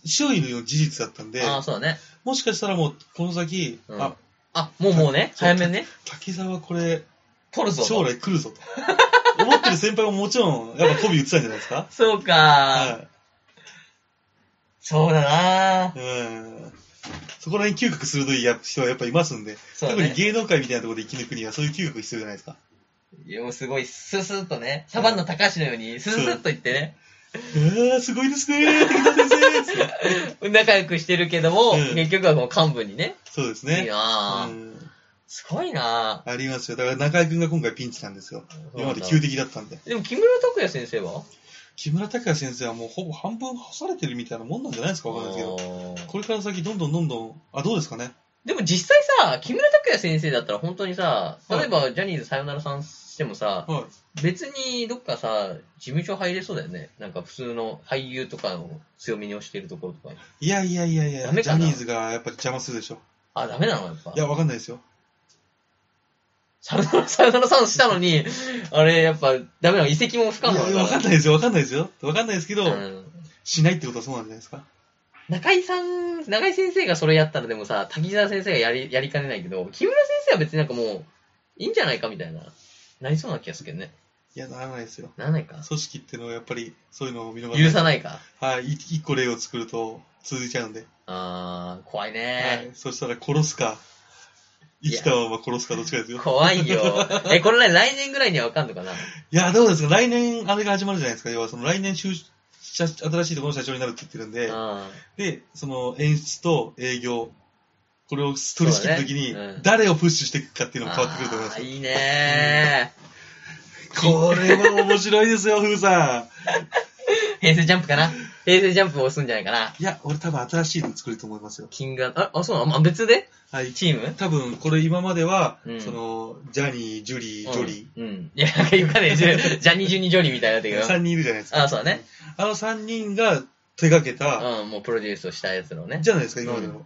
Speaker 3: う、周囲の事実だったんで、
Speaker 2: ああ、そうだね。
Speaker 3: もしかしたらもう、この先、
Speaker 2: うん
Speaker 3: あ、
Speaker 2: あ、もうもうね、
Speaker 3: そう
Speaker 2: 早めにね、
Speaker 3: 竹沢これ、
Speaker 2: 取るぞ。
Speaker 3: 将来来るぞと。思ってる先輩ももちろん、やっぱ媚び打ってたんじゃないですか
Speaker 2: そうか、
Speaker 3: は。
Speaker 2: そうだない
Speaker 3: うん。そこら辺嗅覚鋭いや人はやっぱいますんで、
Speaker 2: そうだ
Speaker 3: 特に
Speaker 2: ね。
Speaker 3: 芸能界みたいなところで生き抜くにはそういう嗅覚必要じゃないですか。
Speaker 2: いやもうすごい、スースーっとね、サバンナ高橋のように、スースーっと言ってね、
Speaker 3: えー、すごいですねー、竹田先生つって
Speaker 2: 仲良くしてるけども、
Speaker 3: うん
Speaker 2: 結局はこの幹部にね。
Speaker 3: そうです
Speaker 2: いい
Speaker 3: ね。
Speaker 2: なぁ、
Speaker 3: うん
Speaker 2: すごいな
Speaker 3: ありますよ。だから中居君が今回ピンチなんですよ。
Speaker 2: ぁ
Speaker 3: 今まで急敵だったんで。
Speaker 2: でも木村拓哉先生は
Speaker 3: 木村拓哉先生はもうほぼ半分干されてるみたいなもんなんじゃないですかわかんないですけど。
Speaker 2: あー
Speaker 3: これから先どんどんどんどん、あ、どうですかね。
Speaker 2: でも実際さ、木村拓哉先生だったら本当にさ、例えばジャニーズさよならさんしてもさ、
Speaker 3: は
Speaker 2: 別にどっかさ、事務所入れそうだよね。なんか普通の俳優とかを強みに押してるところとかに。
Speaker 3: い。いやいやいやいや、
Speaker 2: ダ
Speaker 3: ジ
Speaker 2: メ
Speaker 3: ャ
Speaker 2: かな
Speaker 3: ニーズがやっぱり邪魔するでしょ。
Speaker 2: あ、ダメなのやっぱ
Speaker 3: い。や、わかんないですよ。
Speaker 2: さよなら、さよならさんしたのに、あれやっぱダメなの遺跡も不
Speaker 3: い
Speaker 2: 可
Speaker 3: や、
Speaker 2: 能だ
Speaker 3: わかんないですよ。わかんないですよ。わかんないですけど、
Speaker 2: うん
Speaker 3: しないってことはそうなんじゃないですか。
Speaker 2: 中井さん、中井先生がそれやったらでもさ、滝沢先生がやり、やりかねないけど、木村先生は別になんかもう、いいんじゃないかみたいな、なりそうな気がするけどね。
Speaker 3: いや、ならないですよ。
Speaker 2: ならないか
Speaker 3: 組織ってのはやっぱり、そういうのを見逃
Speaker 2: 許さ
Speaker 3: い。
Speaker 2: ないか
Speaker 3: はい、い一個例を作ると続いちゃうんで。
Speaker 2: あー、怖い
Speaker 3: は
Speaker 2: ね
Speaker 3: い。そしたら殺すか、生きたまま殺すかどっちかですよ。
Speaker 2: 怖いよ。え、これね来年ぐらいにはわかんのかない
Speaker 3: や、どうですか来年、あれが始まるじゃないですか。要は、その来年就社、新しいところの社長になるって言ってるんで、
Speaker 2: あ
Speaker 3: で、その演出と営業、これを取り仕切るときに、
Speaker 2: そうだねうん
Speaker 3: 誰をプッシュしていくかっていうのも変わってくると思います
Speaker 2: あー。いいね
Speaker 3: これは面白いですよ、ふうさ
Speaker 2: ー。平成ジャンプかな平成ジャンプを押すんじゃないかな。
Speaker 3: ん。いや、俺多分新しいの作ると思いますよ。
Speaker 2: キングアあ、あ、そうなのあ別で
Speaker 3: はい。
Speaker 2: チーム
Speaker 3: 多分、これ今までは、
Speaker 2: うん
Speaker 3: その、ジャニー、ジュリー、ジョリー、
Speaker 2: うん。うん。いや、なんかよくわかんない。ジュジャニージュニージョリーみたいになってるけど。
Speaker 3: 3人いるじゃないですか。
Speaker 2: あそうだね。
Speaker 3: あの3人が手掛けた、
Speaker 2: うん、もうプロデュースをしたやつのね。
Speaker 3: じゃないですか、今までの。
Speaker 2: う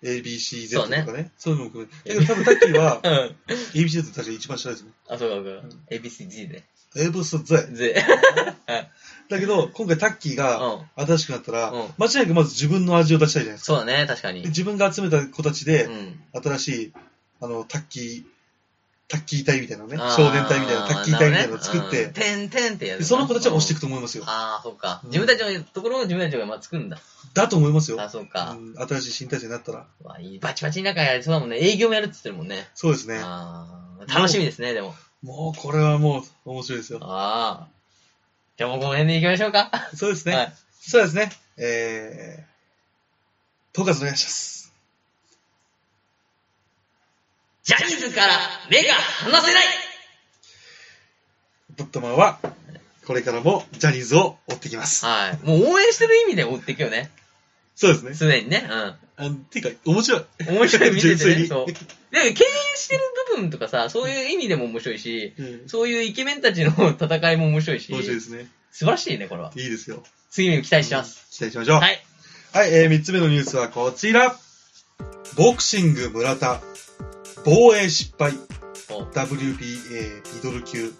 Speaker 3: ABCZ
Speaker 2: そうね
Speaker 3: とかね。そういうのも含めて。だけど多分タッキーは
Speaker 2: う、ん。
Speaker 3: ABCZ って確か一番下ですね。
Speaker 2: あ、そうか、そうか。ABCG で。
Speaker 3: ABCZ。
Speaker 2: ぜ。
Speaker 3: だけど、今回タッキーが
Speaker 2: [laughs] うん。
Speaker 3: 新しくなったら
Speaker 2: うん、
Speaker 3: 間違いなくまず自分の味を出したいじゃないですか。
Speaker 2: そうだね、確かに。
Speaker 3: で
Speaker 2: う
Speaker 3: 自分が集めた子たちで、
Speaker 2: ん。
Speaker 3: 新しい、あの、タッキー、タッキー隊みたいなのね、
Speaker 2: あー
Speaker 3: 少年隊みたいな、タッキー隊みたいなのを作っ
Speaker 2: なるほ
Speaker 3: て、
Speaker 2: どねうんてんてんってや
Speaker 3: で
Speaker 2: る。
Speaker 3: その子たちは押してい
Speaker 2: く
Speaker 3: くと思いますよ。
Speaker 2: ああ、そうか。
Speaker 3: うん
Speaker 2: 自分たちのところを自分たちがまあ作るんだ。
Speaker 3: だと思いますよ。
Speaker 2: あ、そうか
Speaker 3: う。ん新しい新体制になったら。
Speaker 2: わあいいバチバチに仲やりそうだもんね。営業もやるって言ってるもんね。
Speaker 3: そうですね。
Speaker 2: あー楽しみですね、でも。
Speaker 3: もうこれはもう面白いですよ。
Speaker 2: ああ。じゃあもうこの辺で行きましょうか。
Speaker 3: そうですね。
Speaker 2: はい。
Speaker 3: そうですね。えー、統括お願いします。
Speaker 2: ジャニーズから目が離せない
Speaker 3: ドットマンは、これからもジャニーズを追ってきます。
Speaker 2: はい。もう応援してる意味で追っていくよね。
Speaker 3: そうですね。
Speaker 2: すでにね。うん。
Speaker 3: あのていうか、面白い。
Speaker 2: 面白い見て
Speaker 3: [laughs] 純
Speaker 2: て
Speaker 3: 粋
Speaker 2: ね、
Speaker 3: に
Speaker 2: そう。でも経営してる部分とかさ、そういう意味でも面白いし、
Speaker 3: うん
Speaker 2: そういうイケメンたちの戦いも面白いし、
Speaker 3: 面白いですね。
Speaker 2: 素晴らしいね、これは。
Speaker 3: いいですよ。
Speaker 2: 次に期待してます。
Speaker 3: 期待しましょう。
Speaker 2: はい。
Speaker 3: はい、えー、3つ目のニュースはこちら。ボクシング村田、防衛失敗、
Speaker 2: お
Speaker 3: WBA ミドル級、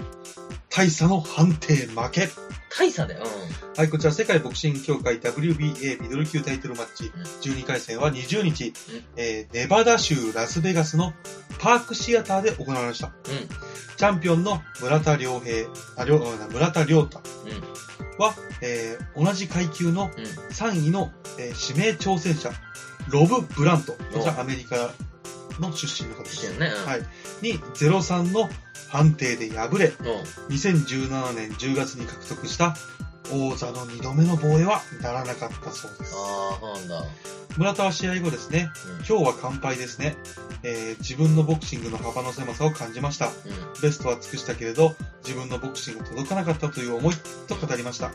Speaker 3: 大差の判定負け。
Speaker 2: 大差だよ。
Speaker 3: はい、こちら世界ボクシング協会 WBA ミドル級タイトルマッチ
Speaker 2: ん
Speaker 3: 12回戦は20日
Speaker 2: うん、
Speaker 3: えーネバダ州ラスベガスのパークシアターで行われました。
Speaker 2: うん。
Speaker 3: チャンピオンの村田良平、あ、良、あ村田良太
Speaker 2: うん。うん。
Speaker 3: は、えー同じ階級の
Speaker 2: うん。
Speaker 3: 3位の、えー指名挑戦者、ロブ・ブラント、こちらアメリカの出身の方で
Speaker 2: して
Speaker 3: す。
Speaker 2: るね。うん。
Speaker 3: はい。に、03の判定で敗れ、
Speaker 2: うん。
Speaker 3: 2017年10月に獲得した王座の2度目の防衛はならなかったそうです。
Speaker 2: ああ、そうなんだ。
Speaker 3: 村田は試合後ですね、今日は完敗ですね、えー自分のボクシングの幅の狭さを感じました。
Speaker 2: うん。うん。
Speaker 3: ベストは尽くしたけれど、自分のボクシングが届かなかったという思いと語りました。
Speaker 2: うん。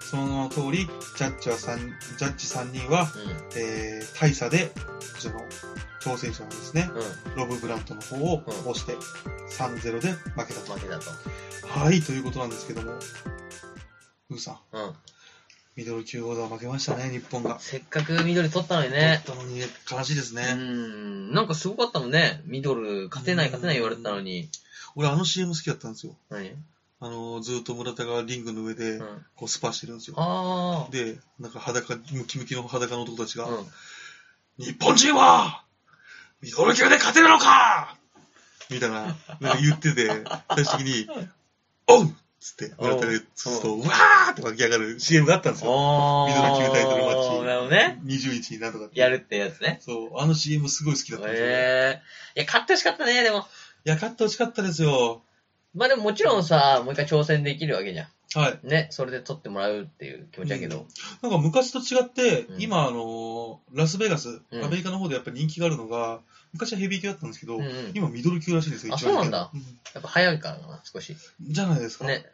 Speaker 3: そその名の通り、ジャッジは三ジャッジ3人は、えー、大差で、その、挑戦者のですね、
Speaker 2: うん。うん。
Speaker 3: ロブ・ブラントの方を
Speaker 2: うん
Speaker 3: 押して、3-0で負けたと。
Speaker 2: 負けだと。
Speaker 3: はい、ということなんですけども、ウーさん、
Speaker 2: うん。
Speaker 3: ミドル級オーダー負けましたね、日本が。
Speaker 2: せっかく緑取ったのにね。
Speaker 3: 取ったのに悲しいですね。
Speaker 2: うん。なんかすごかったもんね。ミドル、勝てない勝てない言われてたのに。
Speaker 3: 俺、あの CM 好きだったんですよ。
Speaker 2: 何うん。
Speaker 3: あのー、ずーっと村田がリングの上で、こう、スパしてるんですよ。
Speaker 2: あ
Speaker 3: で、なんか裸、ムキムキの裸の男たち
Speaker 2: あ。
Speaker 3: が、
Speaker 2: うん。
Speaker 3: 日本人は、ミドル級で勝てるのかみたいな、なんか言ってて、最終的に、おうっつって、村田で、そうすると、うわーって湧き上がる CM があったんですよ。
Speaker 2: おー。
Speaker 3: 緑球タイトルマッチ
Speaker 2: なるほどね。
Speaker 3: 21になんとかって
Speaker 2: やるってやつね。
Speaker 3: そう、あの CM すごい好きだったんですよ。
Speaker 2: ええいや、勝ってほしかったね、でも。
Speaker 3: いや、勝ってほしかったですよ。
Speaker 2: まあでももちろんさ、もう一回挑戦できるわけじゃ
Speaker 3: はい。
Speaker 2: ん。ね、それで取ってもらうっていう気持ちだけど。
Speaker 3: なんか昔と違って、
Speaker 2: うん
Speaker 3: 今、あのーラスベガス、
Speaker 2: うん
Speaker 3: アメリカの方でやっぱり人気があるのが、昔はヘビー級だったんですけど、
Speaker 2: うんうん。や
Speaker 3: 今ミドル級らしいですよ、
Speaker 2: あ
Speaker 3: 一番
Speaker 2: そうなんだ
Speaker 3: 人気
Speaker 2: っぱ早いからかな、少し。
Speaker 3: うんじゃないですか。
Speaker 2: ね、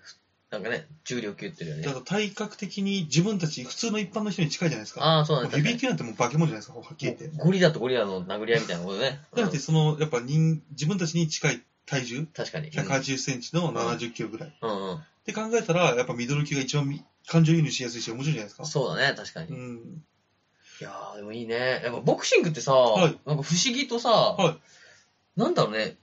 Speaker 2: なんかね、重量級ってるよ
Speaker 3: だ
Speaker 2: ね。
Speaker 3: と体格的に自分たち普通の一般の人に近いじゃないですか。
Speaker 2: ああ、そう
Speaker 3: も
Speaker 2: な
Speaker 3: うん
Speaker 2: だ。
Speaker 3: ヘビー級なんてもう化け物じゃないですか、はっきり言って。
Speaker 2: もうゴリラとゴリラの殴り合いみたいなことね。
Speaker 3: だってその、やっぱ人、自分たちに近い体重、
Speaker 2: 確かに。
Speaker 3: 180センチの70キロぐらい。っ
Speaker 2: うんうん
Speaker 3: て考えたら、やっぱミドル級が一番み感情移入しやすいし面白いじゃないです
Speaker 2: う
Speaker 3: か
Speaker 2: ん。。そうだね、確かに。
Speaker 3: う
Speaker 2: い
Speaker 3: ん。
Speaker 2: やー、でもいいね。やっぱボクシングってさ、
Speaker 3: はい
Speaker 2: なんか不思議とさ、
Speaker 3: い
Speaker 2: なんだろうね、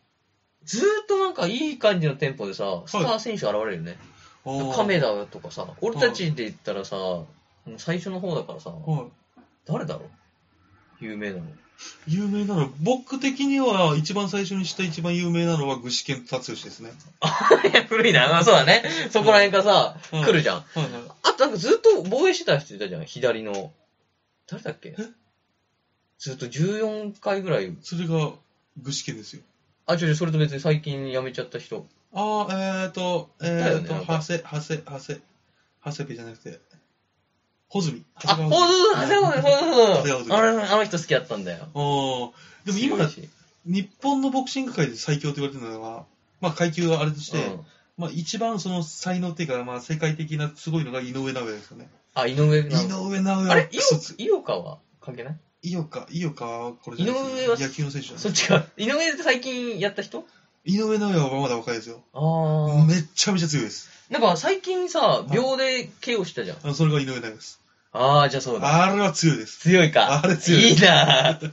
Speaker 2: ずーっとなんかいい感じのテンポでさ、スター選手現れるよね。
Speaker 3: ああ
Speaker 2: カメラとかさ、俺たちで言ったらさ、もう最初の方だからさ、
Speaker 3: はい。
Speaker 2: 誰だろう有名なの。 [laughs]
Speaker 3: 有名なの、僕的には一番最初にした一番有名なのは具志堅達義ですね。
Speaker 2: 古いな、まあそうだね。そこら辺からさ、
Speaker 3: うん
Speaker 2: 来るじゃん。
Speaker 3: はいはい。
Speaker 2: あとなんかずっと防衛してた人いたじゃん、左の。誰だっけ
Speaker 3: え
Speaker 2: ずっと14回ぐらい。
Speaker 3: それが具志堅ですよ。
Speaker 2: あ、違う違う、それと別に最近辞めちゃった人。
Speaker 3: ああ、えっ、ー、と、えっ、
Speaker 2: だよ
Speaker 3: ー、
Speaker 2: ね
Speaker 3: と、
Speaker 2: なんか
Speaker 3: はせ、はせ、はせ、はせぺじゃなくて、ほずみ。
Speaker 2: あ、ほうそうそう、そうそうそうそう。
Speaker 3: は
Speaker 2: あ
Speaker 3: い
Speaker 2: れあの人好きだったんだよ。
Speaker 3: おでも今
Speaker 2: 強い、し
Speaker 3: 日本のボクシング界で最強と言われてるのは、まあ階級はあれとして、
Speaker 2: うん
Speaker 3: まあ一番その才能っていうか、まあ世界的なすごいのが井上尚弥ですよね。
Speaker 2: あ、井上
Speaker 3: 井
Speaker 2: なの。
Speaker 3: 上尚弥
Speaker 2: あれ
Speaker 3: クソつ、
Speaker 2: 井岡は関係ない
Speaker 3: 井岡、井岡はこれじゃない
Speaker 2: 井上は
Speaker 3: 野球の選手じゃない
Speaker 2: そっちか。井上って最近やった人
Speaker 3: 井上尚弥はまだ若いですよ。
Speaker 2: ああ。
Speaker 3: めっちゃめちゃ強いです。
Speaker 2: なんか最近さ、
Speaker 3: い
Speaker 2: 秒で KO したじゃん。
Speaker 3: あのそれが井上尚弥です。
Speaker 2: ああ、じゃあそうだ。
Speaker 3: あれは強いです。
Speaker 2: 強いか。
Speaker 3: あれ強い
Speaker 2: いいなぁ
Speaker 3: ただ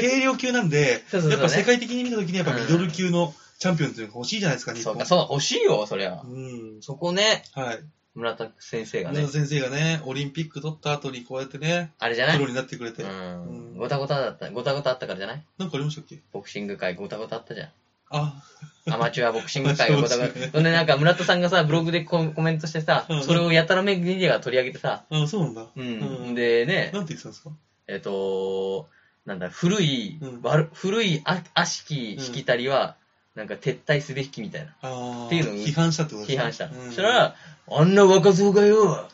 Speaker 3: 軽量級なんで、
Speaker 2: そうそうそうね
Speaker 3: やっぱ世界的に見たときにやっぱミドル級のチャンピオンっていうのが欲しいじゃないですか、日
Speaker 2: そう
Speaker 3: 本。
Speaker 2: か、そうだ、欲しいよ、そりゃ。
Speaker 3: うん。
Speaker 2: そこね、
Speaker 3: はい。
Speaker 2: 村田先生が
Speaker 3: 村
Speaker 2: ね
Speaker 3: 田、先生がね、オリンピック取った後にこうやってね、
Speaker 2: あれじゃな
Speaker 3: プ
Speaker 2: い
Speaker 3: ロになってくれて
Speaker 2: う。
Speaker 3: うん
Speaker 2: ん。ごたごただった、ごたごたあったからじゃない
Speaker 3: なんかありましたっけ
Speaker 2: ボクシング界ごたごたあったじゃん。
Speaker 3: あ、
Speaker 2: アマチュアボクシング界がごたご
Speaker 3: そうですね
Speaker 2: た。ほんで、なんか村田さんがさ、ブログでココメントしてさ
Speaker 3: うん、
Speaker 2: それをやたらめメディアが取り上げてさ、
Speaker 3: あそうなんだ。
Speaker 2: う
Speaker 3: うん
Speaker 2: ん。でね、
Speaker 3: なんて言ってたんですか
Speaker 2: えっと、なんだ、古い、
Speaker 3: うん
Speaker 2: 悪古いあ悪しきしきたりは、なんか撤退すべきみたいな。
Speaker 3: ああ。
Speaker 2: っていうのを
Speaker 3: 批判したってこと
Speaker 2: 批判した。
Speaker 3: うん
Speaker 2: そしたら、あんな若造がよ、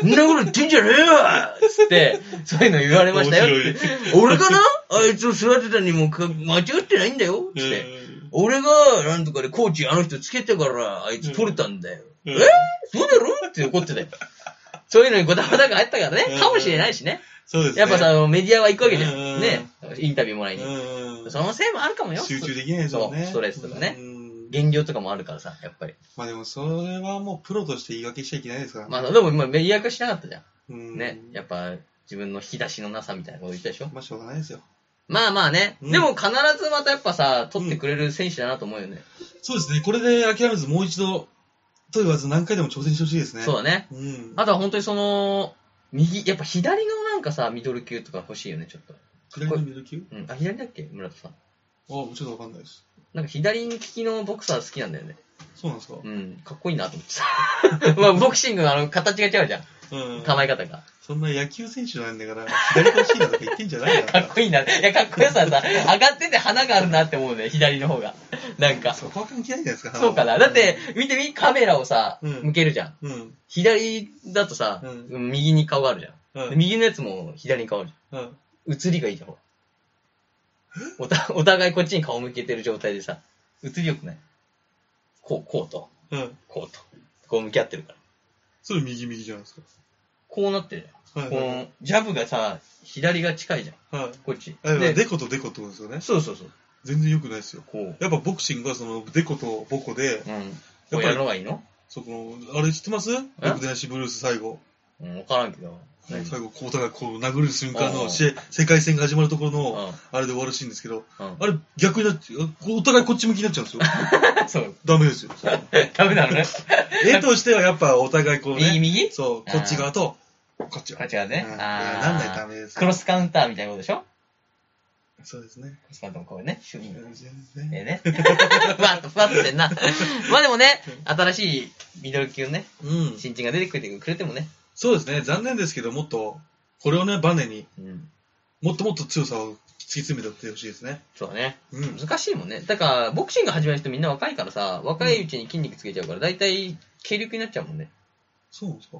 Speaker 2: そんなこと言ってんじゃねえわつって、そういうの言われましたよって。俺かなあいつを育てたにもか間違ってないんだよつって。
Speaker 3: うん
Speaker 2: 俺が、なんとかで、コーチあの人つけてから、あいつ取れたんだよ。
Speaker 3: うん
Speaker 2: えそうだろって怒
Speaker 3: [laughs]
Speaker 2: ってたよ。そういうのにごたごたがあったから
Speaker 3: う
Speaker 2: ね。
Speaker 3: ん
Speaker 2: かもしれないしね。
Speaker 3: そうですね。
Speaker 2: やっぱさ、あのメディアは行くわけじゃ
Speaker 3: うん
Speaker 2: ん。ね。インタビューもら
Speaker 3: う
Speaker 2: いに。
Speaker 3: ん、
Speaker 2: そのせいもあるかもよ。
Speaker 3: 集中できないですもんね。
Speaker 2: そうストレスとかね
Speaker 3: うん
Speaker 2: 減量とかもあるからさ、やっぱり。
Speaker 3: まあでもそれはもうプロとして言い訳しちゃいけないですから。
Speaker 2: まあ、でも今メディア化しなかったじゃん。
Speaker 3: うん
Speaker 2: ね、やっぱ自分の引き出しのなさみたいなこと言ったでしょ
Speaker 3: まあしょうがないですよ。
Speaker 2: まあまあね、
Speaker 3: うん
Speaker 2: でも必ずまたやっぱさ、取ってくれる選手だなと思うよね。
Speaker 3: そうですね、これで諦めずもう一度と言わず何回でも挑戦してほしいですね。
Speaker 2: そうだね。
Speaker 3: うん。
Speaker 2: あとは本当にその、右、やっぱ左のなんかさ、ミドル級とか欲しいよね、ちょっと。
Speaker 3: 左のミドル級
Speaker 2: うん。あ、左だっけ村田さん。
Speaker 3: あ、ちょっとわかんないです。
Speaker 2: なんか左利きのボクサー好きなんだよね。
Speaker 3: そうなんですか
Speaker 2: うん。かっこいいなと思ってさ。 [laughs] まあ、ボクシングのあの、形が違うじゃん。
Speaker 3: うん。
Speaker 2: 構え方が。
Speaker 3: そんな野球選手なんだから、左欲しいなとか言ってんじゃないよ。
Speaker 2: かっ [laughs] こいいな。いや、かっこよさはさ、上がってて花があるなって思うね、左の方が。なんか。
Speaker 3: そこは関係ないじゃないですか。
Speaker 2: そうかな。だって、見てみ、カメラをさ、
Speaker 3: うん
Speaker 2: 向けるじゃん。
Speaker 3: うん。うん。
Speaker 2: 左だとさ、
Speaker 3: う
Speaker 2: 右に顔があるじゃん。
Speaker 3: うん。
Speaker 2: で右のやつも左に顔あるじ
Speaker 3: うん
Speaker 2: ゃん。映りがいいじゃん、ほらおたお互いこっちに顔向けてる状態でさ、映りよくないこう、こうと、
Speaker 3: うん。
Speaker 2: こうと。こう向き合ってるから。
Speaker 3: それ右右じゃないです
Speaker 2: こうなってる
Speaker 3: か。は
Speaker 2: じゃん。こ
Speaker 3: いはい。
Speaker 2: の、ジャブがさ、左が近いじゃん。
Speaker 3: はい
Speaker 2: こっち。
Speaker 3: あでも
Speaker 2: で
Speaker 3: デコとデコってことですよね。
Speaker 2: そうそうそう。
Speaker 3: 全然良くないですよ。
Speaker 2: こう。
Speaker 3: やっぱボクシングはそのデコとボコで、
Speaker 2: うん。こ
Speaker 3: やっ
Speaker 2: う
Speaker 3: ぱ
Speaker 2: や
Speaker 3: り
Speaker 2: るのがいいの
Speaker 3: そこの、あれ知ってます僕電子ブルース最後。
Speaker 2: うん、わからんけど。
Speaker 3: 最
Speaker 2: うん。
Speaker 3: 後、こう、だからこう殴る瞬間
Speaker 2: う
Speaker 3: の
Speaker 2: ん
Speaker 3: 試合、世界戦が始まるところの、
Speaker 2: う
Speaker 3: あれで終わるシーンですけど、
Speaker 2: ん。
Speaker 3: あれ逆になっちゃう、お互いこっち向きになっちゃうんですよ。 [laughs]
Speaker 2: そう。
Speaker 3: ダ
Speaker 2: [laughs]
Speaker 3: メですよ。それ
Speaker 2: ダメなのね。
Speaker 3: 絵としてはやっぱお互いこう
Speaker 2: 右
Speaker 3: ね、
Speaker 2: 右
Speaker 3: そう、こっち側と、こっち
Speaker 2: こっ
Speaker 3: 側。
Speaker 2: ちがね。
Speaker 3: うん
Speaker 2: あ
Speaker 3: なんないと
Speaker 2: ー
Speaker 3: ダメです
Speaker 2: ク。ロスカウンターみたいなことでしょク
Speaker 3: そうですね。
Speaker 2: ロスカウンターもこうね。シュイーン
Speaker 3: 全
Speaker 2: え
Speaker 3: 然
Speaker 2: えね。 [laughs] ふわっとふわっとしてんな。 [laughs] まあでもね、新しいミドル級のね、
Speaker 3: うん。
Speaker 2: 新人が出てくれてくれてもね。
Speaker 3: そうですね、残念ですけど、もっと、これをね、バネに、
Speaker 2: うん。
Speaker 3: もっともっと強さを突き詰めてってほしいですね。
Speaker 2: そうだね。
Speaker 3: うん。
Speaker 2: 難しいもんね。だから、ボクシング始める人みんな若いからさ、若いうちに筋肉つけちゃうから、大体、軽力になっちゃうもんね。
Speaker 3: そうなんですか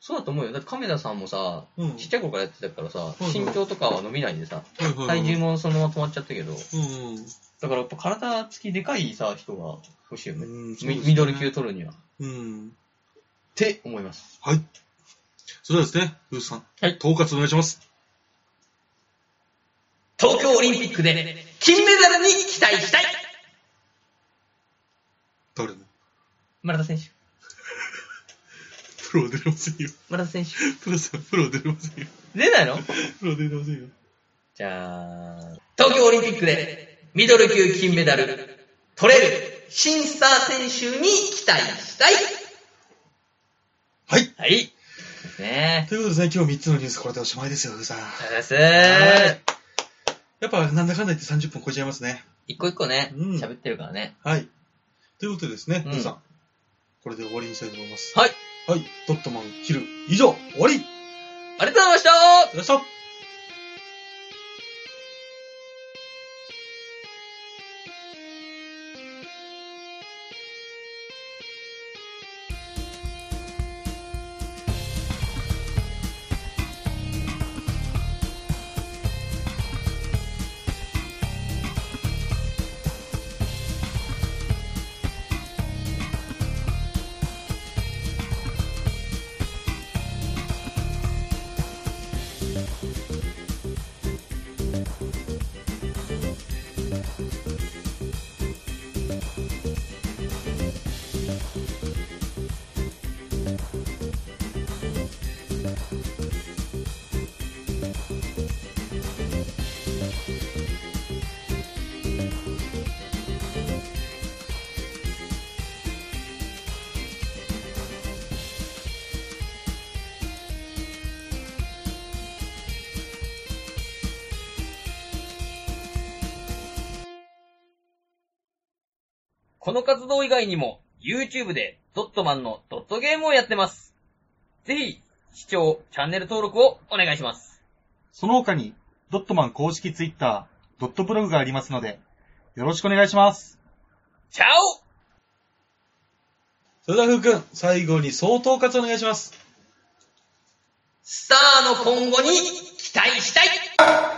Speaker 2: そうだと思うよ。だって亀田さんもさ、
Speaker 3: うん。
Speaker 2: ちっちゃい頃からやってたからさ、
Speaker 3: うん
Speaker 2: 身長とかは伸びないんでさ、
Speaker 3: はいはいはい
Speaker 2: 体重もそのまま止まっちゃったけど、
Speaker 3: うんうん。
Speaker 2: だからやっぱ体つきでかいさ、人が欲しいよね。
Speaker 3: うんそう
Speaker 2: ミ
Speaker 3: ですね
Speaker 2: ミドル級取るには。っ
Speaker 3: うん。
Speaker 2: て思います。
Speaker 3: はい。それではですね、ルースさん。
Speaker 2: はい
Speaker 3: 統括お願いします。
Speaker 2: 東京オリンピックで金メダルに期待したい
Speaker 3: 誰も。
Speaker 2: 村田選手、
Speaker 3: プロ出れませんよ。
Speaker 2: 村田選手。
Speaker 3: プロさん、プロ出れませんよ。
Speaker 2: 出ないの
Speaker 3: プロ出れませんよ。
Speaker 2: じゃあ、東京オリンピックでミドル級金メダル取れる新スター選手に期待したい
Speaker 3: はい。
Speaker 2: はい。ねえ。
Speaker 3: ということでですね、今日3つのニュースこれでおしまいですよ、ルーさん。
Speaker 2: ありがとうございま
Speaker 3: は
Speaker 2: す
Speaker 3: い。やっぱ、なんだかんだ言って30分超えちゃいますね。
Speaker 2: 一個一個ね、
Speaker 3: うん
Speaker 2: 喋ってるからね。
Speaker 3: はい。ということでですね、
Speaker 2: うん
Speaker 3: ルーさん。これで終わりにしたいと思います。
Speaker 2: はい。
Speaker 3: はい。ドットマン、キル、以上、終わり
Speaker 2: ありがとうございました
Speaker 3: よいしょ
Speaker 4: この活動以外にも、YouTube でドットマンのドットゲームをやってます。ぜひ、視聴、チャンネル登録をお願いします。
Speaker 5: その他に、ドットマン公式ツイッター、ドットブログがありますので、よろしくお願いします。
Speaker 4: チャオ
Speaker 3: それでは、ふうくん、最後に総統括お願いします。
Speaker 2: スターの今後に期待したい